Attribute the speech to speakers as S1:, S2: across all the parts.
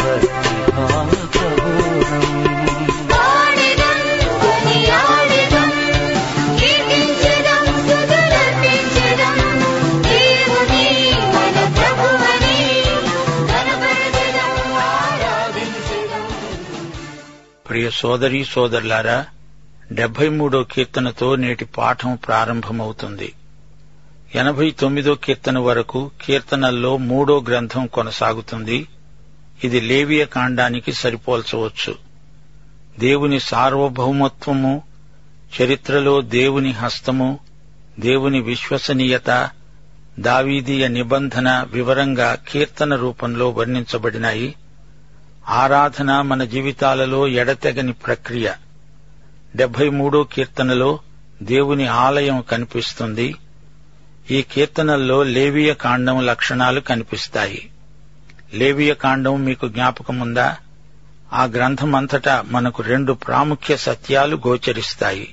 S1: భక్తిభావబోధం ప్రియ సోదరి సోదరులారా డెబ్బై మూడో కీర్తనతో నేటి పాఠం ప్రారంభమవుతుంది ఎనభై తొమ్మిదో కీర్తన వరకు కీర్తనల్లో మూడో గ్రంథం కొనసాగుతుంది ఇది లేవియ కాండానికి సరిపోల్చవచ్చు దేవుని సార్వభౌమత్వము చరిత్రలో దేవుని హస్తము దేవుని విశ్వసనీయత దావీదీయ నిబంధన వివరంగా కీర్తన రూపంలో వర్ణించబడినాయి ఆరాధన మన జీవితాలలో ఎడతెగని ప్రక్రియ డెబ్బై మూడో కీర్తనలో దేవుని ఆలయం కనిపిస్తుంది ఈ కీర్తనల్లో లేవియ కాండం లక్షణాలు కనిపిస్తాయి లేవియ కాండం మీకు జ్ఞాపకముందా ఆ గ్రంథమంతటా మనకు రెండు ప్రాముఖ్య సత్యాలు గోచరిస్తాయి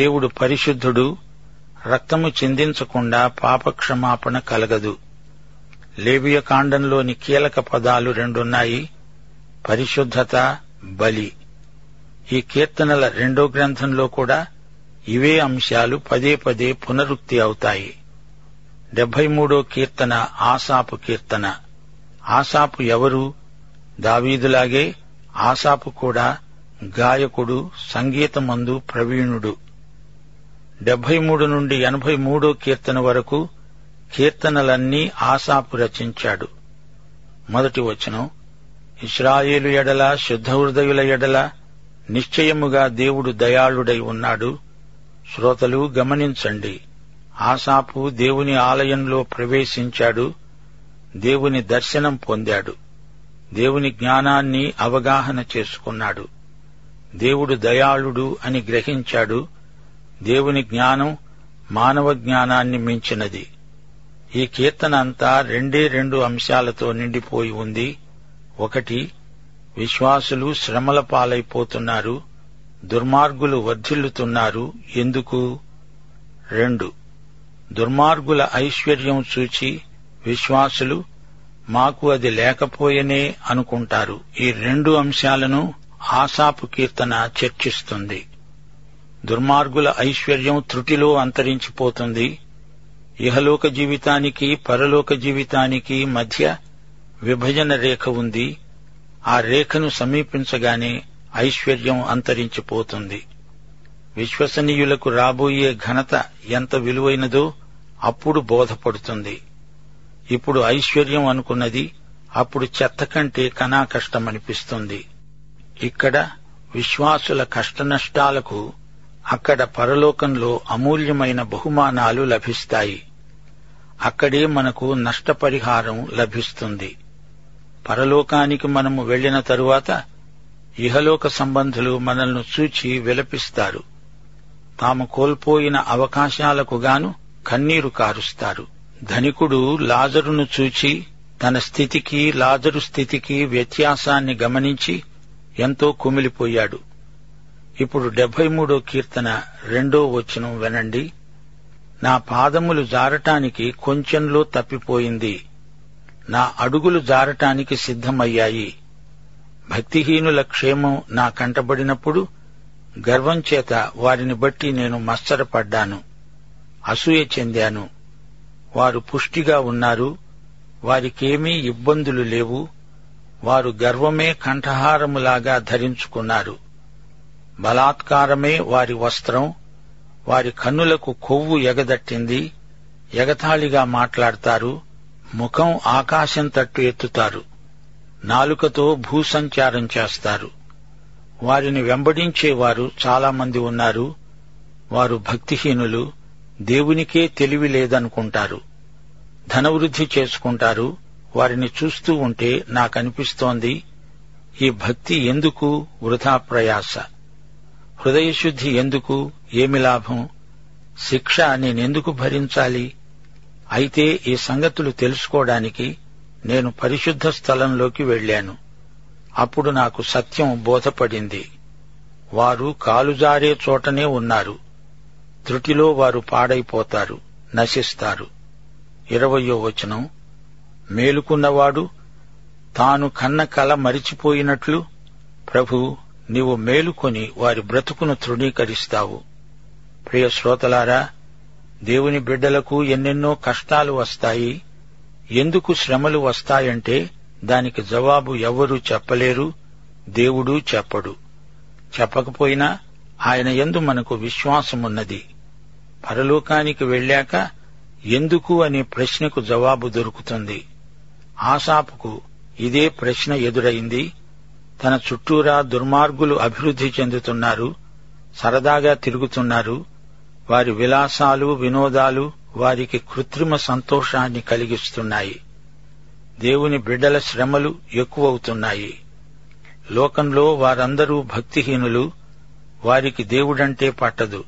S1: దేవుడు పరిశుద్ధుడు రక్తము చిందించకుండా పాపక్షమాపణ కలగదు లేవియ కాండంలోని కీలక పదాలు రెండున్నాయి పరిశుద్ధత బలి ఈ కీర్తనల రెండో గ్రంథంలో కూడా ఇవే అంశాలు పదే పదే పునరుక్తి అవుతాయి డెబ్బై మూడో కీర్తన ఆసాపు కీర్తన ఆసాపు ఎవరు దావీదులాగే ఆసాపు కూడా గాయకుడు సంగీతమందు ప్రవీణుడు డెబ్బై మూడు నుండి ఎనభై మూడో కీర్తన వరకు కీర్తనలన్నీ ఆసాపు రచించాడు మొదటి వచనం ఇస్రాయేలు ఎడల శుద్ధ హృదయుల ఎడల నిశ్చయముగా దేవుడు దయాళుడై ఉన్నాడు శ్రోతలు గమనించండి ఆసాపు దేవుని ఆలయంలో ప్రవేశించాడు దేవుని దర్శనం పొందాడు దేవుని జ్ఞానాన్ని అవగాహన చేసుకున్నాడు దేవుడు దయాళుడు అని గ్రహించాడు దేవుని జ్ఞానం మానవ జ్ఞానాన్ని మించినది ఈ కీర్తన అంతా రెండే రెండు అంశాలతో నిండిపోయి ఉంది ఒకటి విశ్వాసులు శ్రమల పాలైపోతున్నారు దుర్మార్గులు వర్ధిల్లుతున్నారు ఎందుకు రెండు దుర్మార్గుల ఐశ్వర్యం చూచి విశ్వాసులు మాకు అది లేకపోయనే అనుకుంటారు ఈ రెండు అంశాలను ఆసాపు కీర్తన చర్చిస్తుంది దుర్మార్గుల ఐశ్వర్యం త్రుటిలో అంతరించిపోతుంది ఇహలోక జీవితానికి పరలోక జీవితానికి మధ్య విభజన రేఖ ఉంది ఆ రేఖను సమీపించగానే ఐశ్వర్యం అంతరించిపోతుంది విశ్వసనీయులకు రాబోయే ఘనత ఎంత విలువైనదో అప్పుడు బోధపడుతుంది ఇప్పుడు ఐశ్వర్యం అనుకున్నది అప్పుడు చెత్త కంటే కనా కష్టమనిపిస్తుంది ఇక్కడ విశ్వాసుల కష్టనష్టాలకు అక్కడ పరలోకంలో అమూల్యమైన బహుమానాలు లభిస్తాయి అక్కడే మనకు నష్టపరిహారం లభిస్తుంది పరలోకానికి మనము వెళ్లిన తరువాత ఇహలోక సంబంధులు మనల్ని చూచి విలపిస్తారు తాము కోల్పోయిన అవకాశాలకు గాను కన్నీరు కారుస్తారు ధనికుడు లాజరును చూచి తన స్థితికి లాజరు స్థితికి వ్యత్యాసాన్ని గమనించి ఎంతో కుమిలిపోయాడు ఇప్పుడు డెబ్బై మూడో కీర్తన రెండో వచనం వినండి నా పాదములు జారటానికి కొంచెంలో తప్పిపోయింది నా అడుగులు జారటానికి సిద్ధమయ్యాయి భక్తిహీనుల క్షేమం నా కంటబడినప్పుడు గర్వం చేత వారిని బట్టి నేను మత్సరపడ్డాను అసూయ చెందాను వారు పుష్టిగా ఉన్నారు వారికేమీ ఇబ్బందులు లేవు వారు గర్వమే కంఠహారములాగా ధరించుకున్నారు బలాత్కారమే వారి వస్త్రం వారి కన్నులకు కొవ్వు ఎగదట్టింది ఎగతాళిగా మాట్లాడతారు ముఖం ఆకాశం తట్టు ఎత్తుతారు నాలుకతో భూసంచారం చేస్తారు వారిని వెంబడించేవారు చాలామంది ఉన్నారు వారు భక్తిహీనులు దేవునికే తెలివి లేదనుకుంటారు ధనవృద్ధి చేసుకుంటారు వారిని చూస్తూ ఉంటే నాకనిపిస్తోంది ఈ భక్తి ఎందుకు వృధా ప్రయాస హృదయశుద్ధి ఎందుకు ఏమి లాభం శిక్ష నేనెందుకు భరించాలి అయితే ఈ సంగతులు తెలుసుకోవడానికి నేను పరిశుద్ధ స్థలంలోకి వెళ్ళాను అప్పుడు నాకు సత్యం బోధపడింది వారు కాలుజారే చోటనే ఉన్నారు త్రుటిలో వారు పాడైపోతారు నశిస్తారు ఇరవయో వచనం మేలుకున్నవాడు తాను కన్న కల మరిచిపోయినట్లు ప్రభు నీవు మేలుకొని వారి బ్రతుకును తృణీకరిస్తావు ప్రియ శ్రోతలారా దేవుని బిడ్డలకు ఎన్నెన్నో కష్టాలు వస్తాయి ఎందుకు శ్రమలు వస్తాయంటే దానికి జవాబు ఎవ్వరూ చెప్పలేరు దేవుడు చెప్పడు చెప్పకపోయినా ఆయన యందు మనకు విశ్వాసమున్నది పరలోకానికి వెళ్ళాక ఎందుకు అనే ప్రశ్నకు జవాబు దొరుకుతుంది ఆసాపుకు ఇదే ప్రశ్న ఎదురైంది తన చుట్టూరా దుర్మార్గులు అభివృద్ధి చెందుతున్నారు సరదాగా తిరుగుతున్నారు వారి విలాసాలు వినోదాలు వారికి కృత్రిమ సంతోషాన్ని కలిగిస్తున్నాయి దేవుని బిడ్డల శ్రమలు ఎక్కువవుతున్నాయి లోకంలో వారందరూ భక్తిహీనులు వారికి దేవుడంటే పట్టదు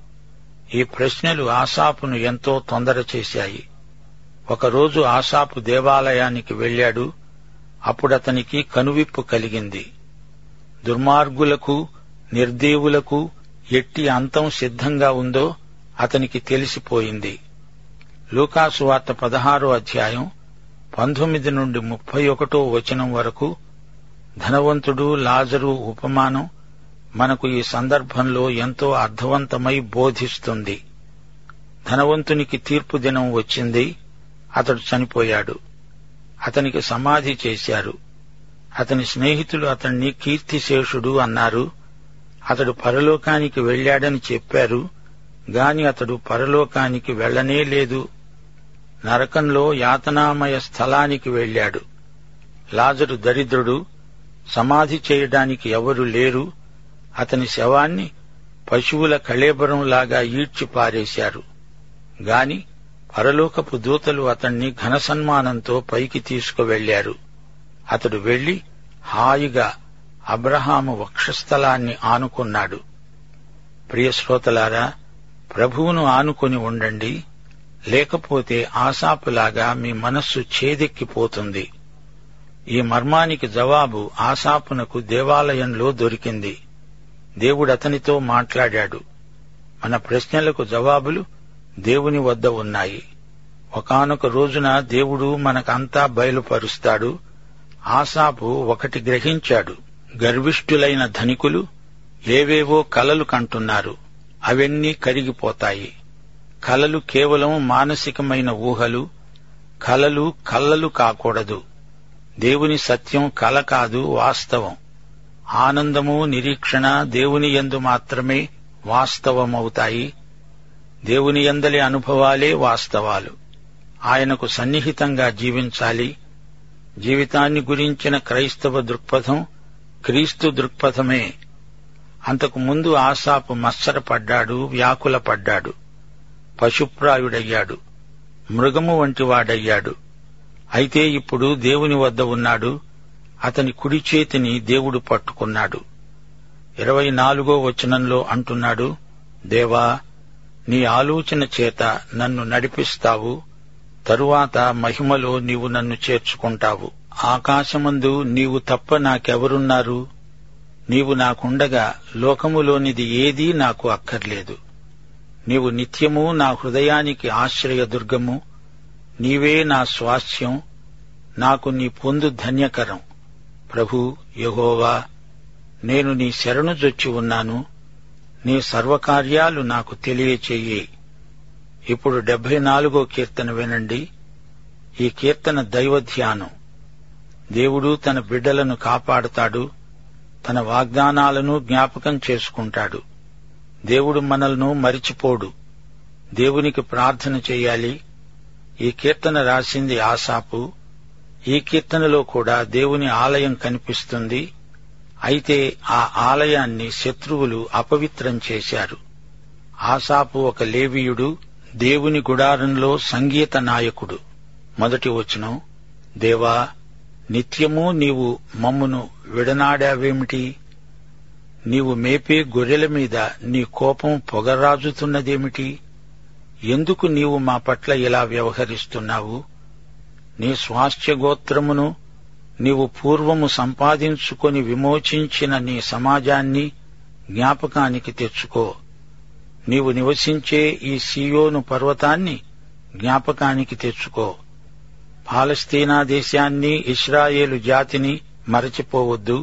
S1: ఈ ప్రశ్నలు ఆసాపును ఎంతో తొందర చేశాయి ఒకరోజు ఆసాపు దేవాలయానికి వెళ్ళాడు అప్పుడతనికి కనువిప్పు కలిగింది దుర్మార్గులకు నిర్దేవులకు ఎట్టి అంతం సిద్ధంగా ఉందో అతనికి తెలిసిపోయింది లూకాసు వార్త పదహారో అధ్యాయం పంతొమ్మిది నుండి ముప్పై ఒకటో వచనం వరకు ధనవంతుడు లాజరు ఉపమానం మనకు ఈ సందర్భంలో ఎంతో అర్థవంతమై బోధిస్తుంది ధనవంతునికి తీర్పు దినం వచ్చింది అతడు చనిపోయాడు అతనికి సమాధి చేశారు అతని స్నేహితులు అతన్ని కీర్తిశేషుడు అన్నారు అతడు పరలోకానికి వెళ్ళాడని చెప్పారు గాని అతడు పరలోకానికి వెళ్ళనే లేదు నరకంలో యాతనామయ స్థలానికి వెళ్ళాడు లాజరు దరిద్రుడు సమాధి చేయడానికి ఎవరు లేరు అతని శవాన్ని పశువుల కళేబరంలాగా ఈడ్చి పారేశారు గాని పరలోకపు దూతలు అతణ్ణి ఘనసన్మానంతో పైకి తీసుకువెళ్లారు అతడు వెళ్లి హాయిగా అబ్రహాము వక్షస్థలాన్ని ఆనుకున్నాడు ప్రియ శ్రోతలారా ప్రభువును ఆనుకొని ఉండండి లేకపోతే ఆశాపులాగా మీ మనస్సు చేదెక్కిపోతుంది ఈ మర్మానికి జవాబు ఆశాపునకు దేవాలయంలో దొరికింది దేవుడు అతనితో మాట్లాడాడు మన ప్రశ్నలకు జవాబులు దేవుని వద్ద ఉన్నాయి ఒకానొక రోజున దేవుడు మనకంతా బయలుపరుస్తాడు ఆసాపు ఒకటి గ్రహించాడు గర్విష్ఠులైన ధనికులు ఏవేవో కలలు కంటున్నారు అవన్నీ కరిగిపోతాయి కలలు కేవలం మానసికమైన ఊహలు కలలు కల్లలు కాకూడదు దేవుని సత్యం కల కాదు వాస్తవం ఆనందము నిరీక్షణ దేవుని యందు మాత్రమే వాస్తవమవుతాయి దేవుని యందలి అనుభవాలే వాస్తవాలు ఆయనకు సన్నిహితంగా జీవించాలి జీవితాన్ని గురించిన క్రైస్తవ దృక్పథం క్రీస్తు దృక్పథమే అంతకు ముందు ఆసాపు మత్సరపడ్డాడు వ్యాకులపడ్డాడు పశుప్రాయుడయ్యాడు మృగము వంటి వాడయ్యాడు అయితే ఇప్పుడు దేవుని వద్ద ఉన్నాడు అతని కుడి చేతిని దేవుడు పట్టుకున్నాడు ఇరవై నాలుగో వచనంలో అంటున్నాడు దేవా నీ ఆలోచన చేత నన్ను నడిపిస్తావు తరువాత మహిమలో నీవు నన్ను చేర్చుకుంటావు ఆకాశమందు నీవు తప్ప నాకెవరున్నారు నీవు నాకుండగా లోకములోనిది ఏదీ నాకు అక్కర్లేదు నీవు నిత్యము నా హృదయానికి ఆశ్రయదుర్గము నీవే నా స్వాస్యం నాకు నీ పొందు ధన్యకరం ప్రభు యహోవా నేను నీ శరణు జొచ్చి ఉన్నాను నీ సర్వకార్యాలు నాకు తెలియచేయి ఇప్పుడు డెబ్బై నాలుగో కీర్తన వినండి ఈ కీర్తన దైవ ధ్యానం దేవుడు తన బిడ్డలను కాపాడుతాడు తన వాగ్దానాలను జ్ఞాపకం చేసుకుంటాడు దేవుడు మనల్ను మరిచిపోడు దేవునికి ప్రార్థన చేయాలి ఈ కీర్తన రాసింది ఆసాపు ఈ కీర్తనలో కూడా దేవుని ఆలయం కనిపిస్తుంది అయితే ఆ ఆలయాన్ని శత్రువులు అపవిత్రం చేశారు ఆసాపు ఒక లేవీయుడు దేవుని గుడారంలో సంగీత నాయకుడు మొదటి వచనం దేవా నిత్యము నీవు మమ్మును విడనాడావేమిటి నీవు మేపే గొర్రెల మీద నీ కోపం పొగరాజుతున్నదేమిటి ఎందుకు నీవు మా పట్ల ఇలా వ్యవహరిస్తున్నావు నీ స్వాస్థ్య గోత్రమును నీవు పూర్వము సంపాదించుకొని విమోచించిన నీ సమాజాన్ని జ్ఞాపకానికి తెచ్చుకో నీవు నివసించే ఈ సియోను పర్వతాన్ని జ్ఞాపకానికి తెచ్చుకో పాలస్తీనా దేశాన్ని ఇస్రాయేలు జాతిని మరచిపోవద్దు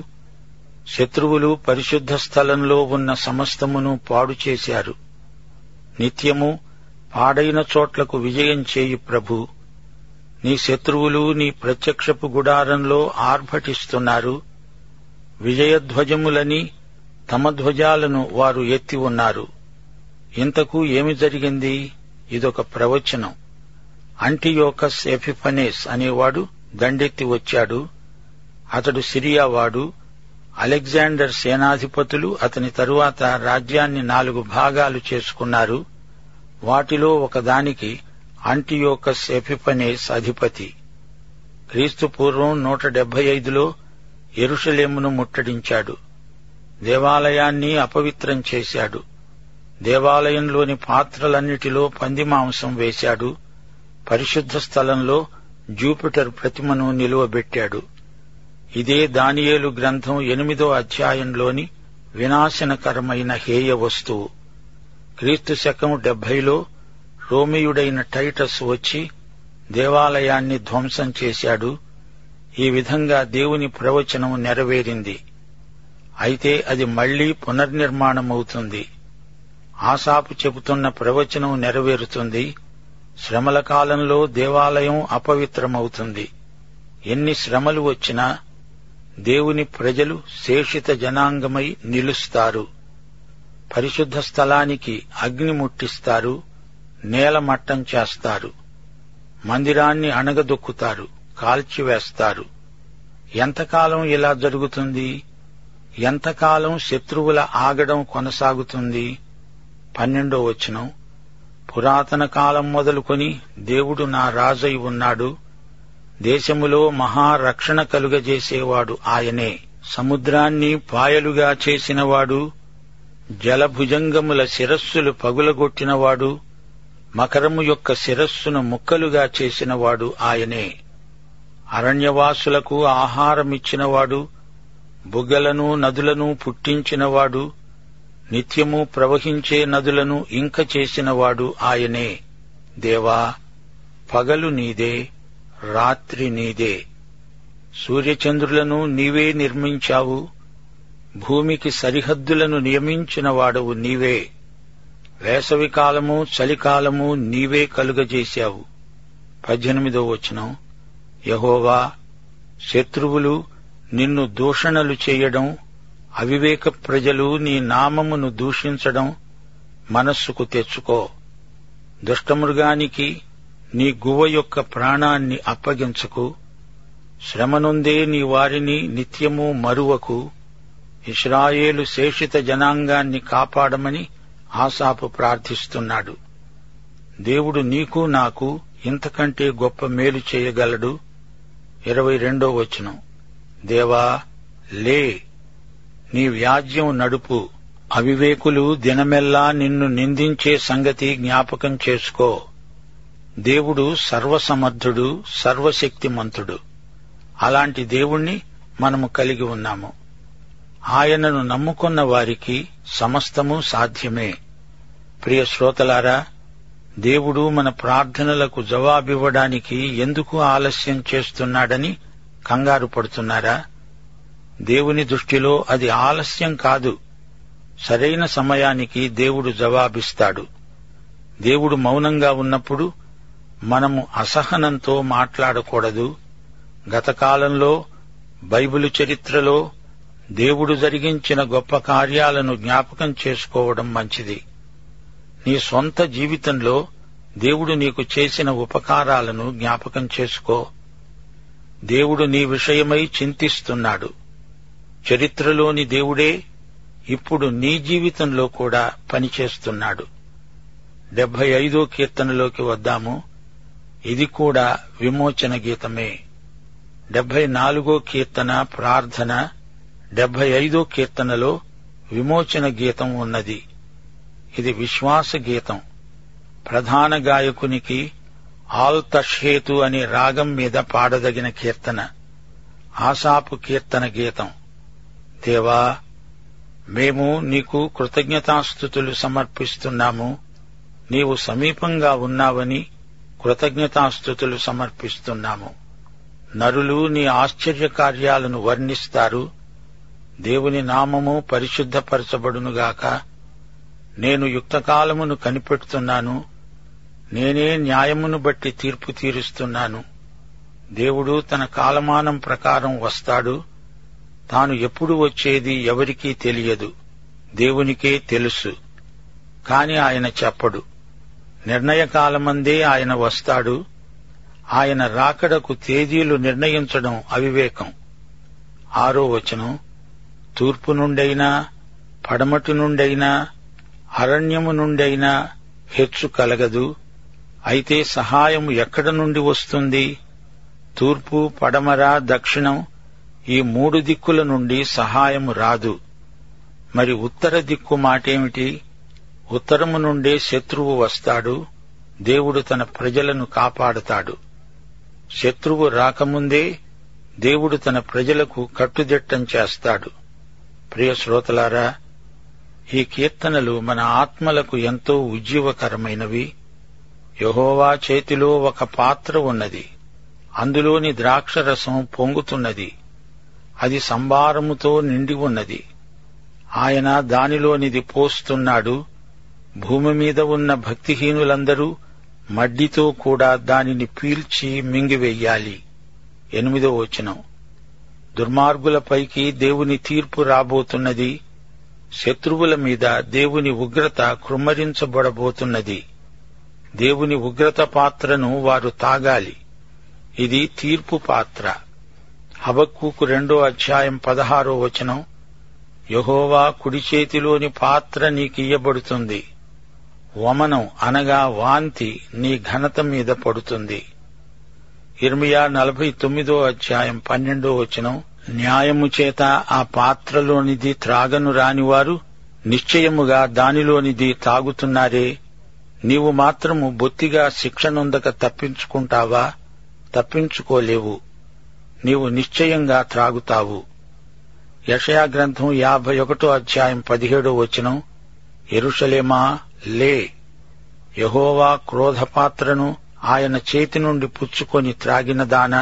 S1: శత్రువులు పరిశుద్ధ స్థలంలో ఉన్న సమస్తమును పాడు చేశారు నిత్యము పాడైన చోట్లకు విజయం చేయి ప్రభు నీ శత్రువులు నీ ప్రత్యక్షపు గుడారంలో ఆర్భటిస్తున్నారు విజయధ్వజములని తమ ధ్వజాలను వారు ఎత్తి ఉన్నారు ఇంతకు ఏమి జరిగింది ఇదొక ప్రవచనం అంటియోకస్ ఎపిఫనేస్ అనేవాడు దండెత్తి వచ్చాడు అతడు సిరియావాడు అలెగ్జాండర్ సేనాధిపతులు అతని తరువాత రాజ్యాన్ని నాలుగు భాగాలు చేసుకున్నారు వాటిలో ఒకదానికి అంటియోకస్ ఎపిఫనేస్ అధిపతి క్రీస్తు పూర్వం నూట డెబ్బై ఐదులో ఎరుషలేమును ముట్టడించాడు దేవాలయాన్ని అపవిత్రం చేశాడు దేవాలయంలోని పాత్రలన్నిటిలో పందిమాంసం వేశాడు పరిశుద్ధ స్థలంలో జూపిటర్ ప్రతిమను నిలువబెట్టాడు ఇదే దానియేలు గ్రంథం ఎనిమిదో అధ్యాయంలోని వినాశనకరమైన హేయ వస్తువు క్రీస్తు శకం డెబ్బైలో రోమియుడైన టైటస్ వచ్చి దేవాలయాన్ని ధ్వంసం చేశాడు ఈ విధంగా దేవుని ప్రవచనం నెరవేరింది అయితే అది మళ్లీ పునర్నిర్మాణమవుతుంది ఆసాపు చెబుతున్న ప్రవచనం నెరవేరుతుంది శ్రమల కాలంలో దేవాలయం అపవిత్రమవుతుంది ఎన్ని శ్రమలు వచ్చినా దేవుని ప్రజలు శేషిత జనాంగమై నిలుస్తారు పరిశుద్ధ స్థలానికి అగ్ని ముట్టిస్తారు నేల మట్టం చేస్తారు మందిరాన్ని అణగదొక్కుతారు కాల్చివేస్తారు ఎంతకాలం ఇలా జరుగుతుంది ఎంతకాలం శత్రువుల ఆగడం కొనసాగుతుంది పన్నెండో వచనం పురాతన కాలం మొదలుకొని దేవుడు నా రాజై ఉన్నాడు దేశములో మహారక్షణ కలుగజేసేవాడు ఆయనే సముద్రాన్ని పాయలుగా చేసినవాడు జలభుజంగముల శిరస్సులు పగులగొట్టినవాడు మకరము యొక్క శిరస్సును ముక్కలుగా చేసినవాడు ఆయనే అరణ్యవాసులకు ఆహారమిచ్చినవాడు బుగ్గలను నదులను పుట్టించినవాడు నిత్యము ప్రవహించే నదులను ఇంక చేసినవాడు ఆయనే దేవా పగలు నీదే రాత్రి నీదే సూర్యచంద్రులను నీవే నిర్మించావు భూమికి సరిహద్దులను నియమించిన వాడవు నీవే వేసవికాలము చలికాలము నీవే కలుగజేశావు పద్దెనిమిదో వచనం యహోవా శత్రువులు నిన్ను దూషణలు చేయడం అవివేక ప్రజలు నీ నామమును దూషించడం మనస్సుకు తెచ్చుకో దుష్టమృగానికి నీ గువ్వ యొక్క ప్రాణాన్ని అప్పగించకు శ్రమనుందే నీ వారిని నిత్యము మరువకు ఇస్రాయేలు శేషిత జనాంగాన్ని కాపాడమని ఆసాపు ప్రార్థిస్తున్నాడు దేవుడు నీకు నాకు ఇంతకంటే గొప్ప మేలు చేయగలడు ఇరవై రెండో వచనం దేవా లే నీ వ్యాజ్యం నడుపు అవివేకులు దినమెల్లా నిన్ను నిందించే సంగతి జ్ఞాపకం చేసుకో దేవుడు సర్వసమర్థుడు సర్వశక్తిమంతుడు అలాంటి దేవుణ్ణి మనము కలిగి ఉన్నాము ఆయనను నమ్ముకున్న వారికి సమస్తము సాధ్యమే ప్రియ శ్రోతలారా దేవుడు మన ప్రార్థనలకు జవాబివ్వడానికి ఎందుకు ఆలస్యం చేస్తున్నాడని కంగారు పడుతున్నారా దేవుని దృష్టిలో అది ఆలస్యం కాదు సరైన సమయానికి దేవుడు జవాబిస్తాడు దేవుడు మౌనంగా ఉన్నప్పుడు మనము అసహనంతో మాట్లాడకూడదు గతకాలంలో బైబిలు చరిత్రలో దేవుడు జరిగించిన గొప్ప కార్యాలను జ్ఞాపకం చేసుకోవడం మంచిది నీ సొంత జీవితంలో దేవుడు నీకు చేసిన ఉపకారాలను జ్ఞాపకం చేసుకో దేవుడు నీ విషయమై చింతిస్తున్నాడు చరిత్రలోని దేవుడే ఇప్పుడు నీ జీవితంలో కూడా పనిచేస్తున్నాడు డెబ్బై ఐదో కీర్తనలోకి వద్దాము ఇది కూడా విమోచన గీతమే డెబ్బై నాలుగో కీర్తన ప్రార్థన డెబ్బై ఐదో కీర్తనలో విమోచన గీతం ఉన్నది ఇది విశ్వాస గీతం ప్రధాన గాయకునికి ఆల్ తషేతు అనే రాగం మీద పాడదగిన కీర్తన ఆసాపు కీర్తన గీతం దేవా మేము నీకు కృతజ్ఞతాస్థుతులు సమర్పిస్తున్నాము నీవు సమీపంగా ఉన్నావని కృతజ్ఞతాస్థుతులు సమర్పిస్తున్నాము నరులు నీ ఆశ్చర్య కార్యాలను వర్ణిస్తారు దేవుని నామము పరిశుద్ధపరచబడునుగాక నేను యుక్తకాలమును కనిపెడుతున్నాను నేనే న్యాయమును బట్టి తీర్పు తీరుస్తున్నాను దేవుడు తన కాలమానం ప్రకారం వస్తాడు తాను ఎప్పుడు వచ్చేది ఎవరికీ తెలియదు దేవునికే తెలుసు కాని ఆయన చెప్పడు నిర్ణయకాలమందే ఆయన వస్తాడు ఆయన రాకడకు తేదీలు నిర్ణయించడం అవివేకం ఆరో వచనం తూర్పు నుండైనా పడమటి నుండైనా అరణ్యము నుండైనా హెచ్చు కలగదు అయితే సహాయం ఎక్కడ నుండి వస్తుంది తూర్పు పడమర దక్షిణం ఈ మూడు దిక్కుల నుండి సహాయము రాదు మరి ఉత్తర దిక్కు మాటేమిటి ఉత్తరము నుండే శత్రువు వస్తాడు దేవుడు తన ప్రజలను కాపాడతాడు శత్రువు రాకముందే దేవుడు తన ప్రజలకు కట్టుదిట్టం చేస్తాడు ప్రియ శ్రోతలారా ఈ కీర్తనలు మన ఆత్మలకు ఎంతో ఉజ్జీవకరమైనవి యెహోవా చేతిలో ఒక పాత్ర ఉన్నది అందులోని ద్రాక్షరసం పొంగుతున్నది అది సంభారముతో నిండి ఉన్నది ఆయన దానిలోనిది పోస్తున్నాడు భూమి మీద ఉన్న భక్తిహీనులందరూ మడ్డితో కూడా దానిని పీల్చి మింగివెయ్యాలి ఎనిమిదో వచనం దుర్మార్గులపైకి దేవుని తీర్పు రాబోతున్నది శత్రువుల మీద దేవుని ఉగ్రత కృమ్మరించబడబోతున్నది దేవుని ఉగ్రత పాత్రను వారు తాగాలి ఇది తీర్పు పాత్ర హబక్కుకు రెండో అధ్యాయం పదహారో వచనం యహోవా కుడి చేతిలోని పాత్ర నీకియ్యబడుతుంది వమనం అనగా వాంతి నీ ఘనత మీద పడుతుంది ఇర్మియా నలభై తొమ్మిదో అధ్యాయం పన్నెండో వచనం న్యాయము చేత ఆ పాత్రలోనిది త్రాగను రానివారు నిశ్చయముగా దానిలోనిది తాగుతున్నారే నీవు మాత్రము బొత్తిగా శిక్షనుందక తప్పించుకుంటావా తప్పించుకోలేవు నీవు నిశ్చయంగా త్రాగుతావు యషయా గ్రంథం యాభై ఒకటో అధ్యాయం పదిహేడో వచనం ఎరుషలేమా లే యహోవా క్రోధపాత్రను ఆయన చేతి నుండి పుచ్చుకొని త్రాగినదానా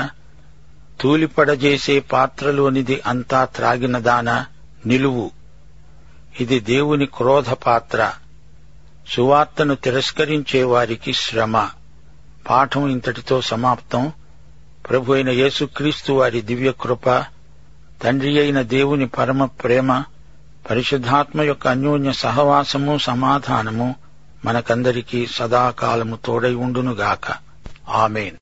S1: తూలిపడజేసే పాత్రలోనిది అంతా త్రాగినదానా నిలువు ఇది దేవుని క్రోధ పాత్ర సువార్తను తిరస్కరించే వారికి శ్రమ పాఠం ఇంతటితో సమాప్తం ప్రభు అయిన యేసుక్రీస్తు వారి దివ్య కృప తండ్రి అయిన దేవుని పరమ ప్రేమ పరిశుద్ధాత్మ యొక్క అన్యోన్య సహవాసము సమాధానము మనకందరికీ సదాకాలము తోడై ఉండునుగాక ఆమెన్